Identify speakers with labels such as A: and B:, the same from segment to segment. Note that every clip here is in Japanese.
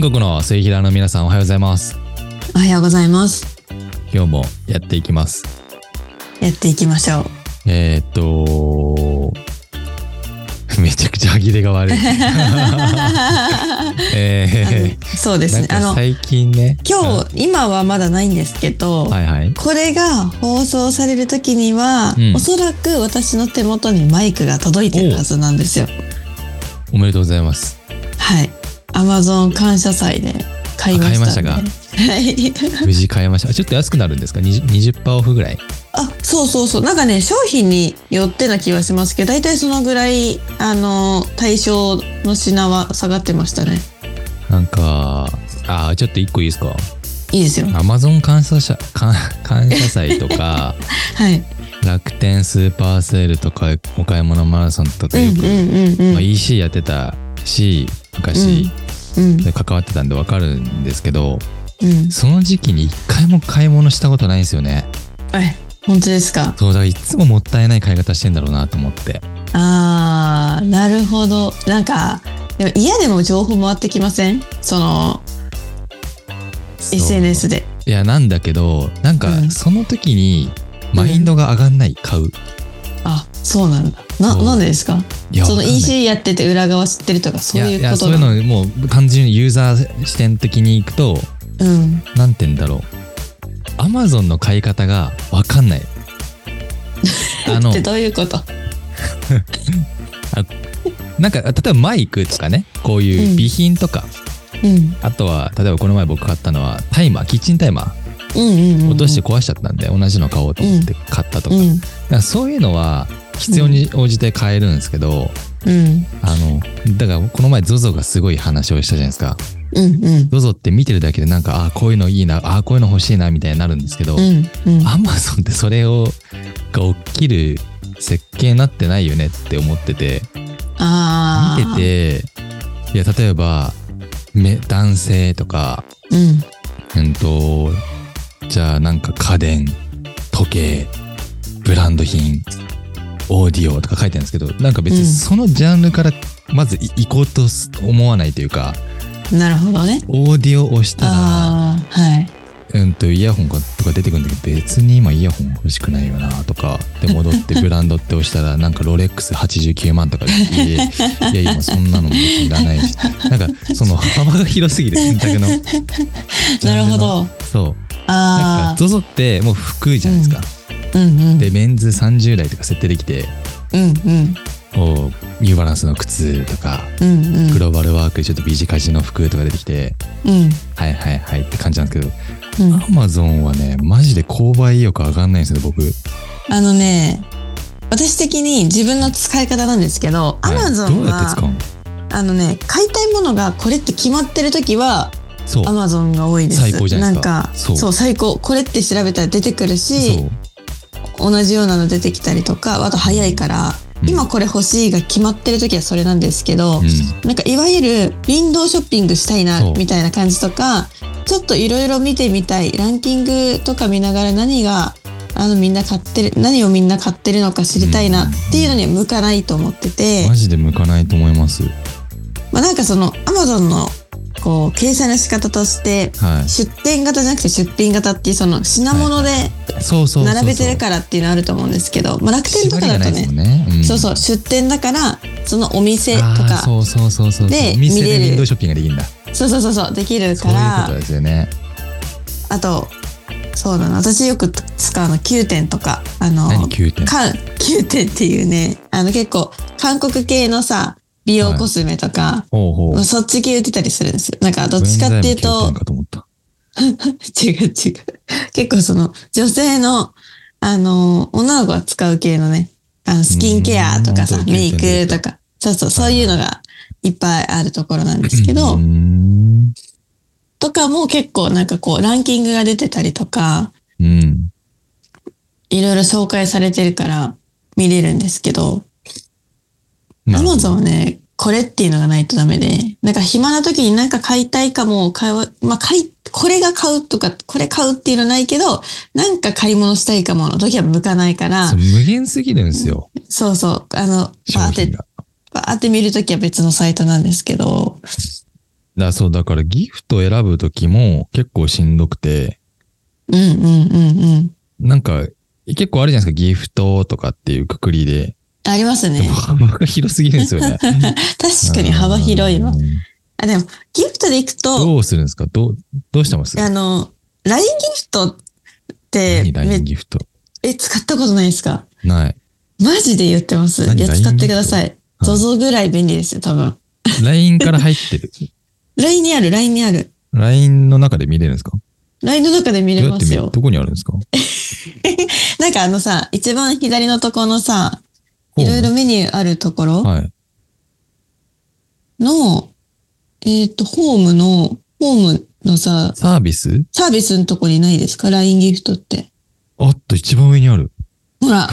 A: 族の末平の皆さんおはようございます。
B: おはようございます。
A: 今日もやっていきます。
B: やっていきましょう。
A: えー、っと、 めちゃくちゃ歯切れが 悪い。え
B: あのそうで
A: ー、
B: す
A: なん
B: ね。あ
A: か
B: の、
A: 最近ね。
B: 今日、今はまだないんですけど、
A: うんはいはい。
B: これが放送される時には、
A: うん
B: おそらく私の手元にマイクが届いてるはずなんですよ。
A: おめでとうございます。
B: はい。Amazon 感謝祭で買いましたんで、
A: あ買い
B: はい。
A: 無事買えました。あちょっと安くなるんですか 20%, 20%オフぐらい。
B: あ、そうそうそう。なんかね、商品によってな気はしますけど、大体そのぐらい、あの、対象の品は下がってましたね。
A: なんか、あーちょっと一個いいですか
B: いいですよ。
A: アマゾン感謝謝感感謝祭と か
B: はい。
A: 楽天スーパーセールとかお買い物マラソンとか
B: うん
A: よ
B: う
A: く、
B: んうんうん。
A: まあ、EC やってたし昔、
B: うん
A: で関わってたんでわかるんですけど
B: うん。
A: その時期に一回も買い物したことないんですよね
B: え、本当ですか。
A: そうだからいつももったいない買い方してんだろうなと思って
B: ああ、なるほど。なんか、でも嫌でも情報回ってきませんその、
A: そう
B: SNS で。
A: いやなんだけどなん
B: う
A: か
B: ん
A: その時にマインドが上がんない買う、
B: あ、そうなんだ。な、
A: そう
B: なんでですか
A: いや
B: その
A: わかんない
B: EC やってて裏側知ってるとか、そうい
A: いうや
B: こ
A: そ
B: と
A: う
B: な
A: いうのもう単純にユーザー視点的にいくと
B: うん。
A: なんて言うんだろうアマゾンの買い方がわかん ないあの
B: ってどういうこと
A: なんか例えばマイクとかねこういう備品とか、
B: うん。
A: あとは例えばこの前僕買ったのはタイマーキッチンタイマー
B: うんうんうんうん。
A: 落として壊しちゃったんで、同じの買おうと思って買ったとか,、
B: うん。
A: そういうのは必要に応じて買えるんですけど、
B: うん。
A: あのだからこの前 ZOZO がすごい話をしたじゃないですか
B: うんうん。
A: ZOZO って見てるだけでなんかああこういうのいいなああこういうの欲しいなみたいになるんですけど、
B: うんうん。
A: アマゾンってそれをが起きる設計になってないよねって思ってて
B: ああ。
A: 見てていや例えばめ男性とか
B: うん。
A: うんとじゃあなんか家電時計ブランド品オーディオとか書いてあるんですけどなんか別
B: う
A: に
B: ん
A: そのジャンルからまずい行こうとす思わないというか
B: なるほどね。
A: オーディオを押したら、
B: ああ、はい。
A: うん、とイヤホンがとか出てくるんだけど別に今イヤホン欲しくないよなとかで戻ってブランドって押 したらなんかロレックス89万とかでいやいや今そんなのも別にいらないしなんかその幅が広すぎて選択の
B: なるほど。
A: そうな
B: あ
A: んか ZOZO ってもう服じゃないですか、
B: あ。うんうん。
A: でメンズ30代とか設定できて
B: うんうん。
A: こうニューバランスの靴とか
B: うんうん。
A: グローバルワークでちょっとビジカジの服とか出てきて
B: うん。
A: はいはいはいって感じなんですけ
B: う
A: ど
B: ん。
A: アマゾンはねマジで購買意欲上がんないんですよね僕
B: あのね、私的に自分の使い方なんですけど、アマゾ
A: はい
B: ン
A: どうやって使
B: は、
A: うの
B: あのね、買いたいものがこれって決まってる時は、
A: そう
B: アマゾンが多いです。
A: 最高じゃないですか
B: なんか、
A: そ
B: そうう最高。これって調べたら出てくる
A: そ
B: し、
A: う
B: 同じようなの出てきたりとか、あと早いから、
A: うん
B: 今これ欲しいが決まってる時はそれなんですけど、
A: うん
B: なんかいわゆるウィンドウショッピングした
A: そ
B: いな
A: う
B: みたいな感じとかちょっといろいろ見てみたいランキングとか見ながら何があのみんな買ってる何をみんな買ってるのか知りたいなっていうのには向かないと思ってて
A: マ、ジで向かないと思います
B: まあ、なんかその Amazon のこう掲載の仕方として
A: はい
B: 出店型じゃなくて出品型っていうその品物で
A: そうそうそうそう
B: 並べてるからっていうのあると思うんですけど、まあ、楽天と
A: 縛
B: か
A: りがな
B: だと
A: いですも
B: ね
A: んね、ん
B: そうそう出店だからそのお店と
A: あー
B: か
A: そうそうそうそう
B: で
A: お店
B: 見
A: で
B: れる
A: ウィンドウショッピングができるんだ
B: そうそうそうそうできる
A: そ
B: か
A: ういうこ
B: ら
A: と。ですよね
B: あと、そうだな。私よく使うの、9点とか。あの、
A: 何9点
B: 韓、9点っていうね、あの結構、韓国系のさ、美容コスメとか、
A: ほうほう
B: そっち系売ってたりするんですよ。なんか、どっちかっていう
A: 文在寅も経
B: と
A: 験、かと思った
B: 違う違う。結構その、女性の、あの、女の子が使う系のね、あのスキンケアとか
A: う
B: さ
A: ん、
B: メイクとか、そうそう、そういうのがいっぱいあるところなんですけど
A: うー、ん
B: とかも結構なんかこう、ランキングが出てたりとか、
A: うん
B: いろいろ紹介されてるから見れるんですけど、
A: なる
B: ア
A: ほ
B: マ
A: ど
B: ゾンはね、これっていうのがないとダメで、なんか暇な時になんか買いたいかも、買う、まあ、買い、これが買うとか、これ買うっていうのないけど、なんか買い物したいかもの時は向かないから
A: そう、無限すぎるんですよ
B: そうそう、あの、
A: 商
B: バーっ
A: 品
B: て、
A: が
B: バーって見る時は別のサイトなんですけど、
A: だそう、だからギフト選ぶときも結構しんどくて、
B: うんうんうんうん。
A: なんか結構あるじゃないですか、ギフトとかっていうくくりで。
B: あります
A: でも
B: ね。
A: 幅が広すぎるんですよね。
B: 確かに幅広いわ
A: う。ん
B: あ、でも、ギフトで行くと、
A: どうするんですかどう、どうしてます
B: あの、LINE ギフトって
A: 何
B: め
A: ?LINE ギフト。
B: え、使ったことないですか
A: ない。
B: マジで言ってます。
A: 何
B: いや、
A: LINE
B: 使ってください。
A: トはい
B: ZOZO ぐらい便利ですよ、多分。
A: LINE から入ってる。
B: LINE にある、LINE にある。
A: LINE の中で見れるんですか
B: LINE の中で見
A: どうや
B: れ
A: っ
B: ま
A: て
B: す
A: 見る
B: よ。
A: どこにあるんですか
B: なんかあのさ、一番左のとこのさ、いろいろメニューあるところ
A: はい。
B: の、えっ、と、ホームの、ホームのさ、
A: サービス
B: サービスのとこにないですか ?LINE ギフトって。
A: あっと、一番上にある。
B: ほら、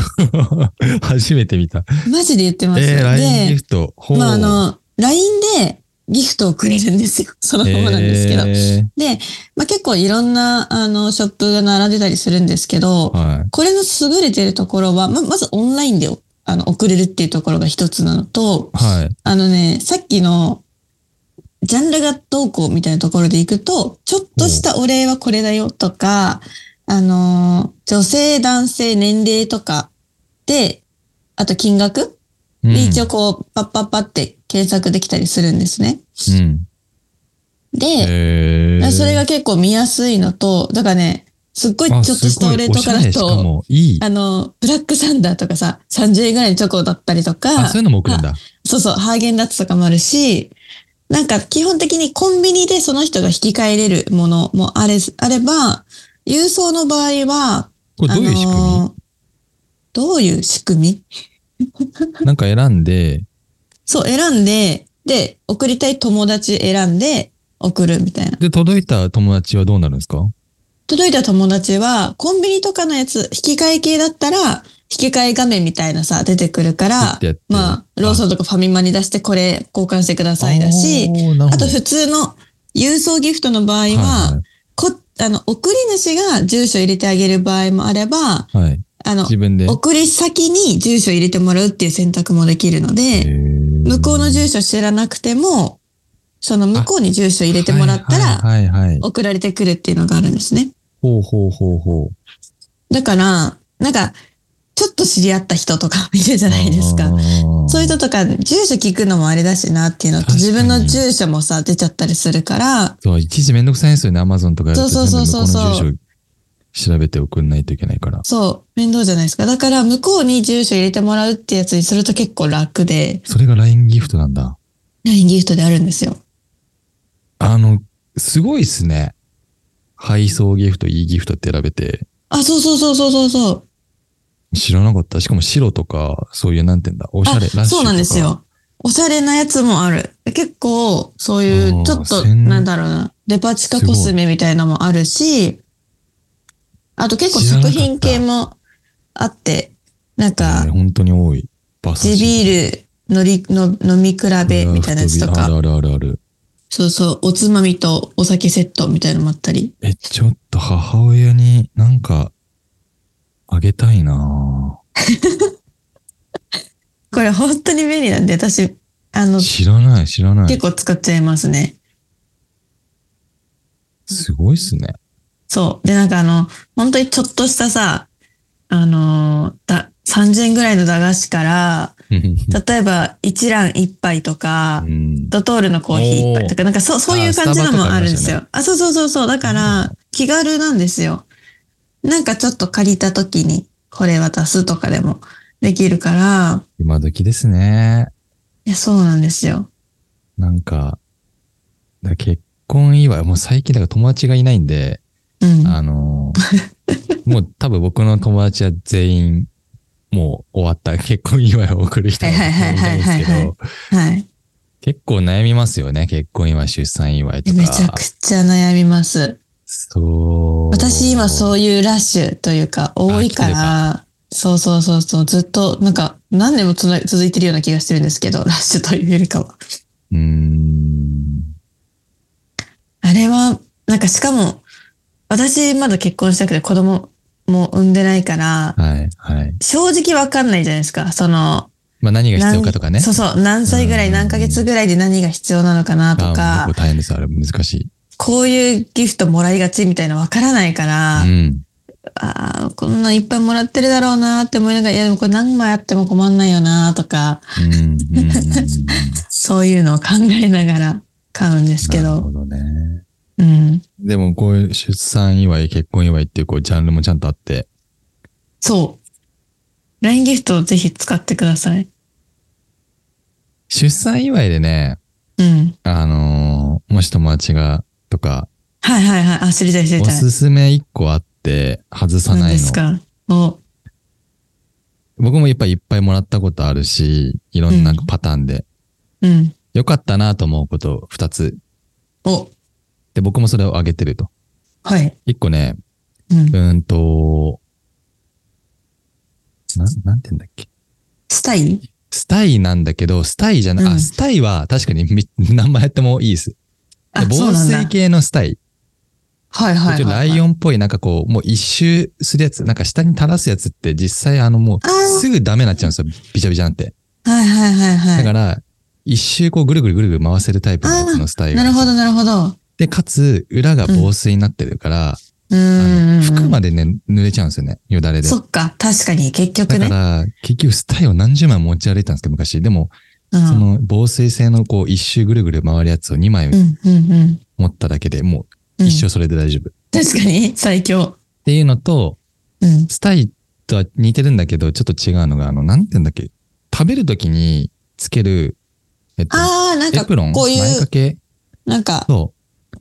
A: 初めて見た。
B: マジで言ってます。
A: えー、LINE ギ
B: で、
A: フト。ほう
B: まあ、あの、LINE でギフトをくれるんですよ。 そのままなんですけど。
A: え
B: で、まあ、結構いろんな、あの、ショップが並んでたりするんですけど
A: ー、は
B: これの優れてるところは、ま、まずオンラインで、あの、送れるっていうところが一つなのと
A: い。、はい。
B: あのね、さっきの、ジャンルがどうこうみたいなところでいくと、ちょっとしたお礼はこれだよとか、あのー、女性、男性、年齢とかで、あと金額
A: うん
B: で一応こう、パッパッパって検索できたりするんですね。
A: うん。
B: で、
A: え
B: それが結構見やすいのと、だからね、すっごいちょっとしたお礼とかだ
A: しか
B: と、
A: も、いい。
B: あの、ブラックサンダーとかさ、30円ぐらいのチョコだったりとか、
A: あ、そういうのも送るんだ。
B: そうそう、ハーゲンダッツとかもあるし、なんか基本的にコンビニでその人が引き換えれるものもあれ、あれば、郵送の場合は、
A: これどういう仕組み、
B: あのーどういう仕組み
A: なんか選んで、
B: そう、選んで、で、送りたい友達選んで送るみたいな。
A: で、届いた友達はどうなるんですか
B: 届いた友達は、コンビニとかのやつ、引き換え系だったら、引き換え画面みたいなさ、出てくるか
A: ピッ
B: ら
A: てやって、
B: まあ、ローソンとかファミマに出してこれ交換してくださいだし
A: お、ー、なるほ
B: あ
A: ど
B: と普通の郵送ギフトの場合は、
A: は
B: こあの送り主が住所入れてあげる場合もあれば、
A: いはい、はい。
B: あの
A: 自分で。
B: 送り先に住所入れてもらうっていう選択もできるので、向
A: 向
B: こうの住所知らなくても、その向こうに住所入れてもらったら、
A: はいはい、はい。
B: 送られてくるっていうのがあるんですね。
A: ほうほうほうほう。
B: だから、なんか、ちょっと知り合った人とか いるじゃないです
A: あ
B: か。
A: ー
B: そういう人とか、住所聞くのもあれだしなっていうのと、
A: 確かに
B: 自分の住所もさ、出ちゃったりするから、
A: そう、いちいちめんどくさいんですよね、アマゾンとかやると。
B: そうそうそうそう
A: 全部向この住所調べて送んないといけないから。
B: そう、面倒じゃないですか。だから、向こうに住所入れてもらうってやつにすると結構楽で、
A: それが LINE ギフトなんだ。
B: LINE ギフトであるんですよ。
A: あの、すごいっすね。配送ギフト、いいギフトって選べて、
B: あ、そうそうそうそうそうそう。
A: 知らなかった。しかも白とか、そういう、なんて言うんだ、おしゃれ、ラッシュ
B: あ、
A: とか。
B: そうなんです。よ。おしゃれなやつもある。結構、そう
A: あ
B: い
A: ー
B: う、ちょっと、
A: せん
B: なんだろうな、デパ地下コスメみたいなのもあるし、あと結構
A: 知らなか
B: 食
A: った
B: 品系もあって、なんか
A: ね、本当に多い。バ
B: 地
A: ー
B: ビールのりの飲み比べみたいなやつと
A: あ
B: か、
A: るあるあるある。
B: そうそう、おつまみとお酒セットみたいなのもあったり。
A: え、ちょっと母親になんか、あげたいな
B: これ本当に便利なんで、私、あの
A: ぁ。、知らない、知らな
B: 結
A: い。
B: 構使っちゃいますね。
A: すごいっすね。
B: そう。で、なんかあの、本当にちょっとしたさ、あのー、だ、30円ぐらいの駄菓子から、例えば一蘭一杯とか、
A: うん
B: ドトールのコーヒー一杯とか、なんかそう、そういう感じのもあるんですよ。あ、そうそうそうそう。だから、気軽なんですよ。なんかちょっと借りた時に、これ渡すとかでもできるから、
A: 今時ですね。
B: いや、そうなんですよ。
A: なんか、だから結婚祝い、もう最近だから友達がいないんで、
B: うん。
A: あのーもう多分僕の友達は全員、もう終わった結婚祝いを送る人がいないんですけ
B: はいはいはいはいはいは
A: ど、
B: はい。
A: 結構悩みますよね。結婚祝い、出産祝いとか。
B: めちゃくちゃ悩みます。
A: そう。。
B: 私今そうういうラッシュというか多いから、そうそうそうそう、ずっとなんか何年もつな続いてるような気がしてるんですけど、ラッ シュというよりかは。
A: うーん。
B: あれは、なんかしかも、私まだ結婚したくて子供も産んでないから、
A: はい、はい。
B: 正直わかんないじゃないですか。その、
A: まあ何が必要かとかね。
B: そうそう。何歳ぐら
A: う
B: い、
A: ん
B: 何ヶ月ぐらいで何が必要なのかなと
A: あー
B: か
A: 結構、大変です、あれ難しい。
B: こういうギフトもらいがちみたいなわからないから、
A: うん。
B: ああ、こんなんいっぱいもらってるだろうなって思いながら、いやでもこれ何枚あっても困んないよなとか、
A: うん うんうんうん。
B: そういうのを考えながら買うんですけ
A: なる
B: ど
A: ほ。どね。
B: うん。
A: でもこういう出産祝い、結婚祝いっていうこうジャンルもちゃんとあって、
B: そう。LINE ギフトをぜひ使ってください。
A: 出産祝いでね、
B: うん。
A: あのーもし友達がとか、
B: はいはいはい。あ、知りたい知り
A: お
B: たい。
A: すすめ一個あって外さ
B: 何
A: ない
B: で
A: の
B: す。かお、
A: 僕もやっぱいっぱいもらったことあるし、いろんな
B: うん
A: パターンで、
B: うん。
A: 良かったなと思うこと二つ。
B: お、
A: で、僕もそれをあげてると。
B: はい。
A: 一個ね、
B: うん
A: う。ーんと、な、なんて言うんだっけ。
B: スタイ
A: スタイなんだけど、スタイじゃない、
B: う
A: あ、
B: ん
A: スタイは確かにみ何枚やってもいいです。
B: あ、そ
A: 防
B: うなん
A: 水
B: だ。
A: 系のスタイ。
B: はいはいはい、はい。
A: ライオンっぽい、なんかこう、もう一周するやつ、なんか下に垂らすやつって実際あのもう
B: あー
A: すぐダメになっちゃうんですよ。ビチャビチャなんて。
B: はいはいはいは
A: だ
B: い。
A: から、一周こうぐるぐるぐるぐる回せるタイプのやつのスタイル。
B: なるほどなるほど。
A: で、かつ、裏が防水になってるから、
B: う
A: あ
B: ー
A: の
B: ん。
A: 服までね、濡れちゃうんですよね。よだれで。
B: そっか。確かに、結
A: だ
B: 局
A: か
B: ね。
A: ら、結局スタイを何十枚持ち歩いたんですけど、昔。でも、
B: うん
A: その防水性のこう、一周ぐるぐる回るやつを2枚
B: うんうんうん
A: 持っただけで、も
B: う。
A: うん一生それで大丈夫。っ
B: 確かに、最強。
A: ていうのと、
B: うん。
A: スタイとは似てるんだけど、ちょっと違うのが、あの、なんて言うんだっけ、食べるときにつける、えっと、
B: ああ、なん
A: エ
B: か、
A: プロン
B: こう
A: 前
B: いう
A: 掛、け
B: なんか、
A: そ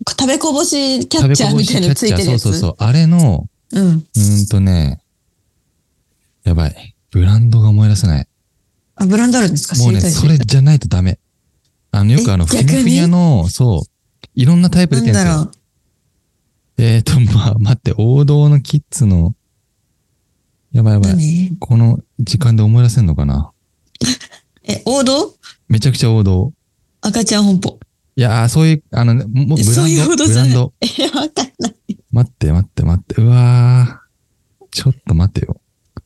B: 食べこぼし
A: う。
B: キャッチャーみ
A: キャ
B: たいな
A: ッ
B: のつ
A: チ
B: い
A: ャ
B: て
A: ー。
B: る
A: そう
B: やつ。
A: そうそう。あれの、
B: う。ん。
A: うーんとね、やばい。ブランドが思い出せない。
B: あ、ブランドあるんですか
A: もうね、
B: 知りたい
A: それ
B: 知り
A: じゃないとダメ。あの、よくあの、
B: え
A: ふにゃ
B: 逆に
A: ふにゃの、そう、いろんなタイプ
B: た
A: 出
B: い
A: て
B: な
A: るん
B: ん
A: で
B: だ
A: すよ。
B: ろう。
A: えーと、まあ、待って、王道のキッズの、やばいやばい。
B: 何
A: この時間で思い出せんのかな
B: え、王道
A: めちゃくちゃ王道。
B: 赤ちゃん本舗。
A: いやー、そういう、あのね、もうブランド。
B: そういうこと
A: ブ
B: じ
A: ラ
B: ゃない
A: ンド。
B: え、わかんない。
A: 待って、待って、待って。うわー。ちょっと待てよ。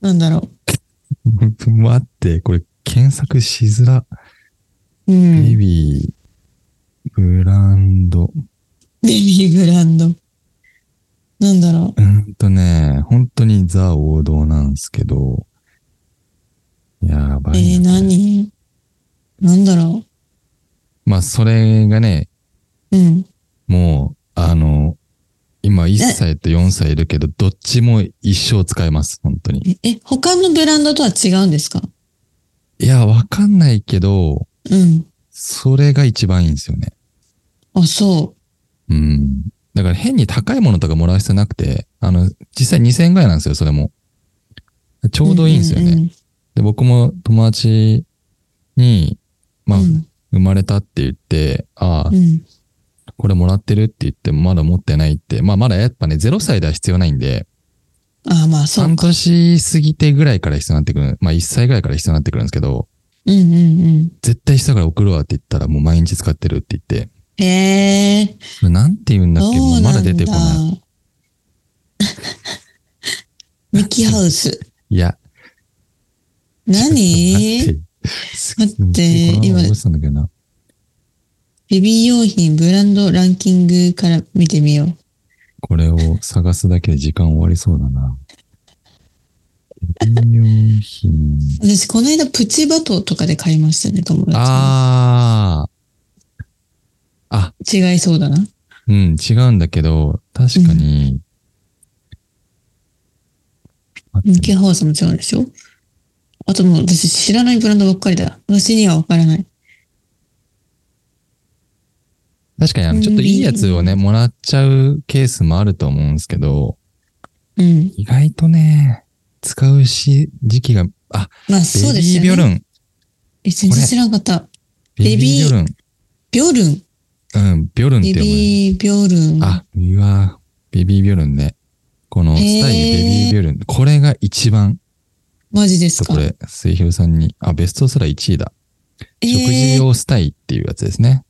B: なんだろ
A: 待って、これ検索しづら。
B: う。う
A: ベ
B: ん。
A: ビー、ブランド。
B: ベビーブランド。なんだろ
A: うーんとね、本当にザ王道なんですけど。やば
B: う。え
A: い
B: ー、
A: な、これ
B: 何なんだろ
A: まあ、それがね、
B: う。うん。
A: もう、あの、今1歳と4歳いるけど、どっちも一生使えます、本当に。
B: え、他のブランドとは違うんですか
A: いや、わかんないけど、
B: うん。
A: それが一番いいんですよね。
B: あ、そ
A: うん。だから変に高いものとかもらう必要なくて、あの、実際2000円ぐらいなんですよ、それも。ち
B: う。
A: ょうどいいんですよね。
B: うんうんうん
A: で、僕も友達に、まあ、
B: うん
A: 生まれたって言って、ああ
B: う、ん。
A: これもらってるって言ってもまだ持ってないって、まあまだやっぱね、0歳では必要ないんで、
B: あー、まあ、そう
A: 半
B: か。
A: 年過ぎてぐらいから必要になってくる、まあ1歳ぐらいから必要になってくるんですけど、
B: うんうんうん。
A: 絶対下から送るわって言ったらもう毎日使ってるって言って、
B: へえ。
A: それなんて言うんだっ
B: そう
A: けも
B: な
A: うん
B: だ。
A: まだ出てこない。
B: ミッキーハウス。
A: いや、ちょ
B: 何
A: っと待
B: 待
A: って
B: って
A: この
B: 今
A: まま覚えてたんだけどな。
B: ベビー用品ブランドランキングから見てみよう。
A: これを探すだけで時間終わりそうだな。美容品。
B: 私、この間、プチバトとかで買いましたね、友達に。
A: ああ。あ、
B: 違いそうだな。
A: うん、違うんだけど、確かに。待
B: ミ
A: っ
B: ッ
A: て
B: キーハウスも違うでしょあともう、私、知らないブランドばっかりだ。私にはわからない。
A: 確かにあの、ちょっといいやつをね、もらっちゃうケースもあると思うんですけど、
B: うん。
A: 意外とね、使うし、時期が、あ、
B: まあ、そう
A: ベ
B: で
A: ビ
B: す
A: ー
B: よ
A: ビョル
B: ね。
A: ン。
B: え全然知らなかった。
A: ベ
B: ビー
A: ビービョルン。
B: ビョルン。
A: うん、ビョルンって
B: ベ
A: 読むね。
B: ビービョルン。
A: あ、うわベビービョルンね。この、ス
B: へー
A: タイベビービョルン。これが一番、
B: マジで
A: ち
B: す
A: ょっ
B: か
A: とこれ、水平さんに、あ、ベストセラー1位だ。
B: えー
A: 食事用スタイっていうやつですね。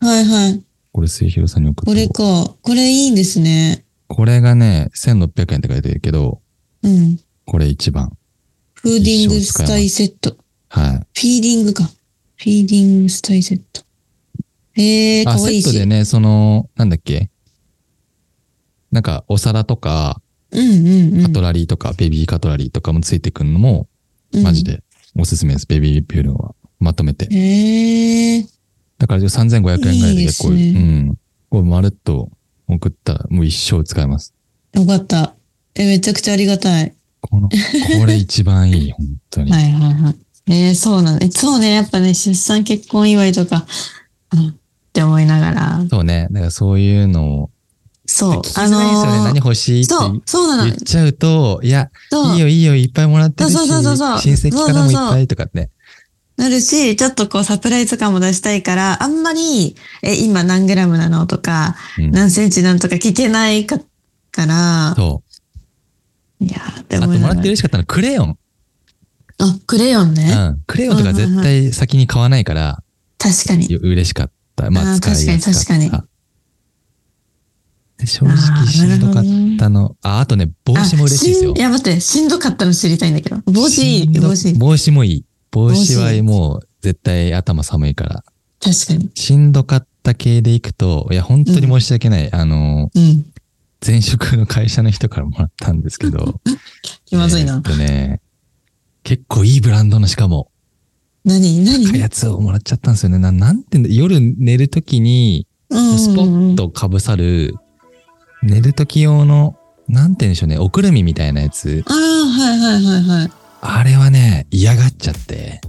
B: はいはい。
A: これ、水平さんに送って
B: こ
A: お
B: れ
A: こう
B: か。これいいんですね。
A: これがね、1600円って書いてるけど、
B: うん。
A: これ一番。
B: うフーディングスタイセット。フ
A: はい。
B: ィーディングか。フィーディングスタイセット。えー、か
A: あ、
B: わ
A: セ
B: いい
A: ット
B: し。
A: でね、その、なんだっけなんか、お皿とか、
B: うんうんうん。
A: カトラリーとか、ベビーカトラリーとかもついてくるのも、
B: うん
A: マジ。でおすすめです。ベビーピューロンは。まとめて。
B: えー、
A: だから3500円ぐらいで結構、
B: いいですね
A: うん。こうまるっと送ったらもう一生使えます。
B: よかった。え、めちゃくちゃありがたい。
A: この、これ一番いい、本当に。
B: はいはいはい。えー、そうなんだ。いつもね、やっぱね、出産結婚祝いとか、うん、って思いながら。
A: そうね。だからそういうのを、
B: そう
A: 聞。き
B: あ
A: づらいですよね。何
B: のー、
A: 欲しいって
B: そう、そうなの
A: 言。っちゃうと、いや、
B: そう
A: いいよいいよ、いっぱいもらってるし、
B: そうそうそうそう
A: 親戚からもいっぱいとかね。
B: なるし、ちょっとこうサプライズ感も出したいから、あんまり、え、今何グラムなのとか、
A: うん
B: 何センチなんとか聞けないかから、
A: そう。
B: いやー、で
A: あと
B: も
A: もらって嬉しかったのはクレヨン。
B: あ、クレヨン
A: う
B: ね。
A: ん。クレヨンとか絶対先に買わないから、
B: 確かに。
A: よ嬉しかった。ま
B: あ
A: あ、
B: ー
A: 使いやすかった。
B: 確かに確
A: で正直しんどか
B: あーなるほどね
A: ったの。あ、あとね、帽子も嬉しいですよ
B: あしん。や、待って、しんどかったの知りたいんだけど。帽子い
A: しん
B: い、
A: ど
B: 帽子いい。確
A: 帽子もいい。帽子
B: 帽
A: は
B: 子
A: もう絶対頭寒いから。
B: かに。
A: しんどかった系でいくと、いや、本当に申し訳ない。あの、
B: うん。
A: 前職の会社の人からもらったんですけど。
B: 気まずい
A: えー
B: な
A: っ。とね、結構いいブランドのしかも、
B: 何何
A: 高いやつをもらっちゃったんですよね。ななんていうんだ夜寝るときに、
B: うん
A: スポッとかぶさる、寝るとき用の、なんて言うんでしょうね、おくるみみたいなやつ。
B: ああ、はいはいはいはい。
A: あれはね、嫌がっちゃって。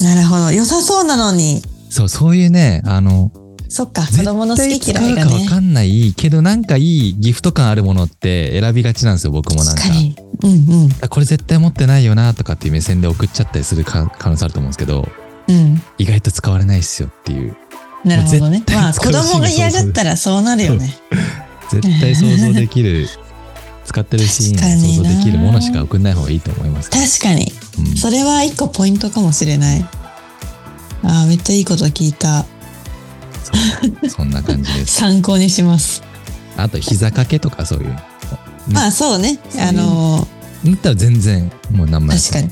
B: なるほど。良さそうなのに。
A: そう、そういうね、あの、
B: そっか、子
A: 絶
B: 供の好
A: 対使
B: き嫌いうが
A: かわ
B: ね。
A: かんないけど、なんかいいギフト感あるものって選びがちなんですよ、僕もなんか。
B: 確かに。うんうん。
A: あこれ絶対持ってないよなとかっていう目線で送っちゃったりするか 可能性あると思うんですけど、
B: うん。
A: 意外と使われないっすよっていう。
B: なるほどね。
A: 対
B: まあ、子
A: 使うし
B: 供が嫌がったらそうなるよね。
A: 絶対想像できる 使ってるシーン
B: 確かに
A: 想像
B: な
A: できるものしか送んない方がいいと思います、
B: 確かに。
A: うん
B: それは一個ポイントかもしれない。ああ、めっちゃいいこと聞いた。
A: そうそんな感じです
B: 参考にします。
A: あと膝掛けとかそういうだ
B: まあ、そうね。あの
A: ったら全然もう何枚
B: ー、確かに。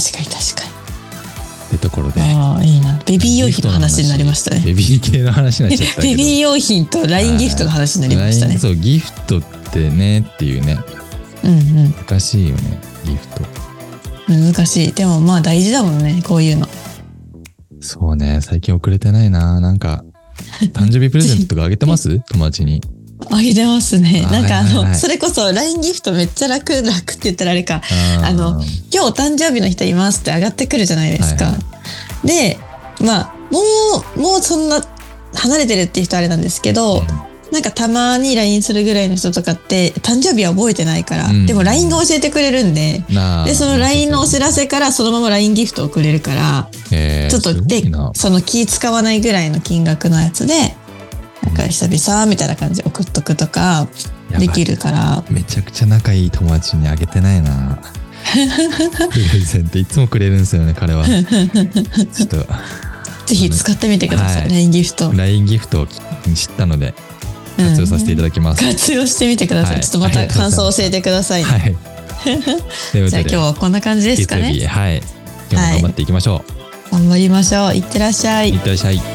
B: 確かに確か
A: ってところで
B: に。ああ、いいな。ベビー用品の話になりましたね。
A: ベビー系の話になっちゃったけど
B: ベビー用品と LINE ギフトの話になりましたね
A: LINE。そうギフトってねっていうね
B: うん
A: 難しいよねギフト
B: うん。難しい。でもまあ大事だもんね。こういうの。
A: そうね最近遅れてないななん か誕生日プレゼントとかあげてます友達に
B: あげてますね。
A: あ
B: なんかあ
A: はいはいは
B: の、
A: い
B: それこそ LINE ギフトめっちゃ楽、楽って言ったらあれか。
A: ー
B: あの今日お誕生日の人いますって上がってくるじゃないですか。
A: はいは
B: で、まあ、もう、もうそんな離れてるっていう人あれなんですけど、なんかたまに LINE するぐらいの人とかって、誕生日は覚えてないから、
A: うん
B: でも LINE が教えてくれるんで、
A: なあ
B: で、その LINE のお知らせからそのまま LINE ギフトをくれるから、
A: えー
B: ちょっと
A: すご
B: で
A: いな、
B: その気使わないぐらいの金額のやつで、なんか久々みたいな感じで送っとくとか
A: やばい
B: できるから、
A: めちゃくちゃ仲いい友達にあげてない なプレゼントいつもくれるんですよね彼 はちょっと
B: ぜひ使ってみてくださ、
A: はいい
B: LINE ギフト。
A: LINE ギフトを知ったので活用させていただきます、
B: 活用してみてください。
A: はい
B: ちょっとまた感想を教えてください。
A: はいということで
B: じゃあ今日はこんな感じですか
A: 月曜
B: ね。
A: 日はい今日も頑張っていきましょう、
B: 頑張りましょう。いってらっしゃい
A: い、っ。てらっしゃい